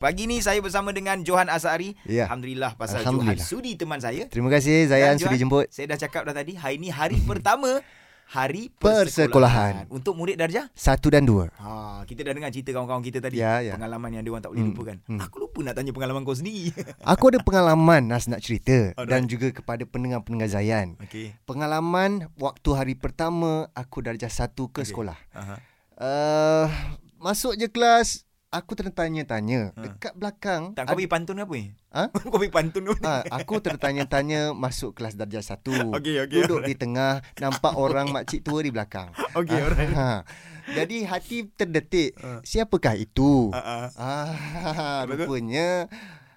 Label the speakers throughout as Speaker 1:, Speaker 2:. Speaker 1: Pagi ni saya bersama dengan Johan Asari.
Speaker 2: Ya.
Speaker 1: Alhamdulillah pasal
Speaker 2: Alhamdulillah.
Speaker 1: Johan sudi teman saya.
Speaker 2: Terima kasih
Speaker 1: Dan
Speaker 2: Zayan
Speaker 1: Johan,
Speaker 2: sudah jemput.
Speaker 1: Saya dah cakap dah tadi, hari ni hari pertama hari persekolahan.
Speaker 2: Persekolahan.
Speaker 1: Untuk murid darjah.
Speaker 2: Satu dan dua.
Speaker 1: Ha, kita dah dengar cerita kawan-kawan kita tadi.
Speaker 2: Ya, ya.
Speaker 1: Pengalaman yang dia orang tak boleh
Speaker 2: Hmm,
Speaker 1: lupakan.
Speaker 2: hmm.
Speaker 1: Aku lupa nak tanya pengalaman kau sendiri.
Speaker 2: Aku ada pengalaman Nas nak cerita
Speaker 1: Alright.
Speaker 2: dan juga kepada pendengar-pendengar Zayan.
Speaker 1: Okey.
Speaker 2: Pengalaman waktu hari pertama aku darjah satu
Speaker 1: Okey.
Speaker 2: ke okay. sekolah.
Speaker 1: Aha.
Speaker 2: Uh, masuk je kelas, aku tertanya-tanya.
Speaker 1: Ha.
Speaker 2: Dekat belakang,
Speaker 1: Tak kau
Speaker 2: ad-
Speaker 1: bagi pantun ke apa ni?
Speaker 2: Ha?
Speaker 1: kau bagi pantun ke apa ni?
Speaker 2: ha, aku tertanya-tanya masuk kelas darjah satu.
Speaker 1: Okey, okey.
Speaker 2: Duduk di tengah, nampak orang makcik tua di belakang.
Speaker 1: Okey, alright.
Speaker 2: Ha. Jadi hati terdetik,
Speaker 1: Ha.
Speaker 2: siapakah itu?
Speaker 1: Ha, ha.
Speaker 2: Ah,
Speaker 1: Lepas tu?
Speaker 2: rupanya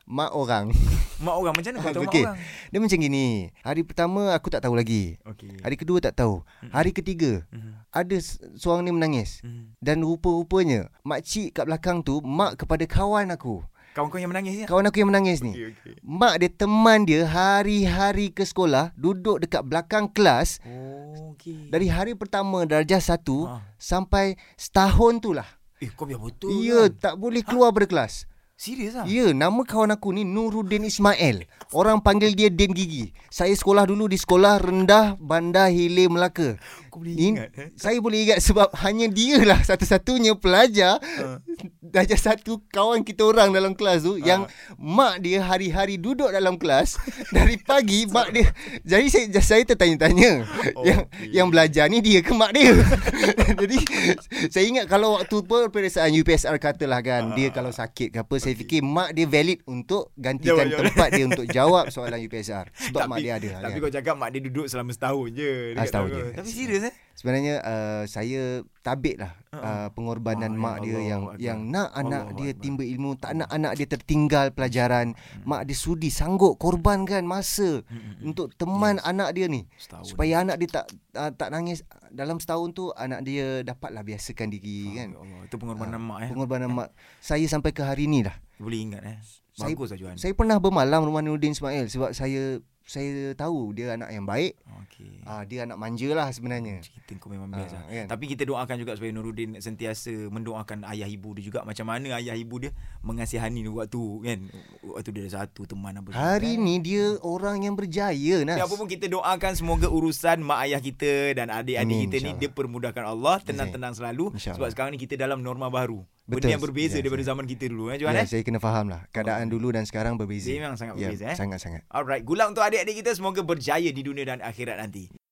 Speaker 2: mak orang.
Speaker 1: Mak orang macam mana kau tahu
Speaker 2: Okey.
Speaker 1: mak orang?
Speaker 2: Dia macam gini. Hari pertama aku tak tahu lagi.
Speaker 1: Okey.
Speaker 2: Hari kedua tak tahu. Hari ketiga
Speaker 1: Mhm.
Speaker 2: ada s- seorang ni menangis.
Speaker 1: Mhm.
Speaker 2: Dan rupa-rupanya mak cik kat belakang tu mak kepada kawan aku.
Speaker 1: Kawan kau yang menangis ya?
Speaker 2: Kawan aku yang menangis ni.
Speaker 1: Okey, okey.
Speaker 2: Mak dia teman dia hari-hari ke sekolah duduk dekat belakang kelas
Speaker 1: Oh, okey.
Speaker 2: dari hari pertama darjah satu
Speaker 1: Ha.
Speaker 2: sampai setahun tu lah.
Speaker 1: Eh, kau biar betul.
Speaker 2: Iya,
Speaker 1: kan?
Speaker 2: tak boleh keluar berkelas.
Speaker 1: Serius ah?
Speaker 2: Ya, nama kawan aku ni Nuruddin Ismail. Orang panggil dia Din Gigi. Saya sekolah dulu di Sekolah Rendah Bandar Hilir Melaka.
Speaker 1: Kau boleh
Speaker 2: Ni,
Speaker 1: ingat, eh?
Speaker 2: saya boleh ingat sebab hanya dia lah satu-satunya pelajar
Speaker 1: Ha.
Speaker 2: darjah satu kawan kita orang dalam kelas tu yang
Speaker 1: Ah.
Speaker 2: mak dia hari-hari duduk dalam kelas dari pagi mak dia jadi saya saya tertanya-tanya
Speaker 1: Oh,
Speaker 2: yang
Speaker 1: okey.
Speaker 2: yang belajar ni dia ke mak dia jadi saya ingat kalau waktu peperiksaan UPSR katalah kan
Speaker 1: Ah.
Speaker 2: dia kalau sakit ke apa saya fikir mak dia valid untuk gantikan
Speaker 1: Jawab, jawab.
Speaker 2: tempat dia untuk jawab soalan UPSR sebab mak dia ada
Speaker 1: Tapi
Speaker 2: kan.
Speaker 1: kau cakap mak dia duduk selama setahun je
Speaker 2: Ah,
Speaker 1: dekat
Speaker 2: setahun
Speaker 1: Togol.
Speaker 2: je.
Speaker 1: Tapi serius eh
Speaker 2: Sebenarnya uh, saya tabik lah uh,
Speaker 1: Ha.
Speaker 2: pengorbanan
Speaker 1: Ah,
Speaker 2: mak
Speaker 1: ya
Speaker 2: dia
Speaker 1: Allah
Speaker 2: yang
Speaker 1: Akbar.
Speaker 2: yang nak anak
Speaker 1: Allah Hmm.
Speaker 2: dia
Speaker 1: Akbar.
Speaker 2: timba ilmu, tak nak anak dia tertinggal pelajaran. Mak dia sudi sanggup korbankan masa
Speaker 1: Hmm.
Speaker 2: untuk teman anak dia ni.
Speaker 1: Setahun.
Speaker 2: Supaya anak dia tak uh, tak nangis dalam setahun tu anak dia dapatlah biasakan diri kan.
Speaker 1: Ya Allah, Itu pengorbanan mak eh
Speaker 2: Pengorbanan mak saya sampai ke hari ni dah.
Speaker 1: Boleh ingat eh
Speaker 2: Saya-
Speaker 1: Bagus lah Johan
Speaker 2: Saya pernah bermalam rumah Nuruddin Ismail sebab saya saya tahu dia anak yang baik,
Speaker 1: Okey
Speaker 2: uh, dia anak manja lah sebenarnya.
Speaker 1: Cerita kau memang
Speaker 2: Ah,
Speaker 1: biasa
Speaker 2: kan?
Speaker 1: Tapi kita doakan juga Supaya Nuruddin sentiasa Mendoakan ayah ibu dia juga Macam mana ayah ibu dia Mengasihani waktu kan Waktu dia ada satu teman apa semua,
Speaker 2: Hari
Speaker 1: kan?
Speaker 2: ni dia orang yang berjaya Nas.
Speaker 1: Tapi Ya, apa pun kita doakan semoga urusan mak ayah kita dan adik-adik
Speaker 2: Amin,
Speaker 1: kita ni
Speaker 2: insyaAllah.
Speaker 1: dipermudahkan Allah tenang-tenang selalu
Speaker 2: InsyaAllah.
Speaker 1: sebab sekarang ni kita dalam norma baru. Benda
Speaker 2: Betul.
Speaker 1: yang berbeza
Speaker 2: Ya,
Speaker 1: daripada
Speaker 2: saya-
Speaker 1: zaman kita dulu eh Johan
Speaker 2: Ya,
Speaker 1: eh.
Speaker 2: saya kena faham lah. Keadaan dulu dan sekarang berbeza.
Speaker 1: Dia
Speaker 2: Ya,
Speaker 1: memang sangat berbeza, eh?
Speaker 2: Sangat-sangat.
Speaker 1: Alright, gula untuk adik-adik kita semoga berjaya di dunia dan akhirat nanti.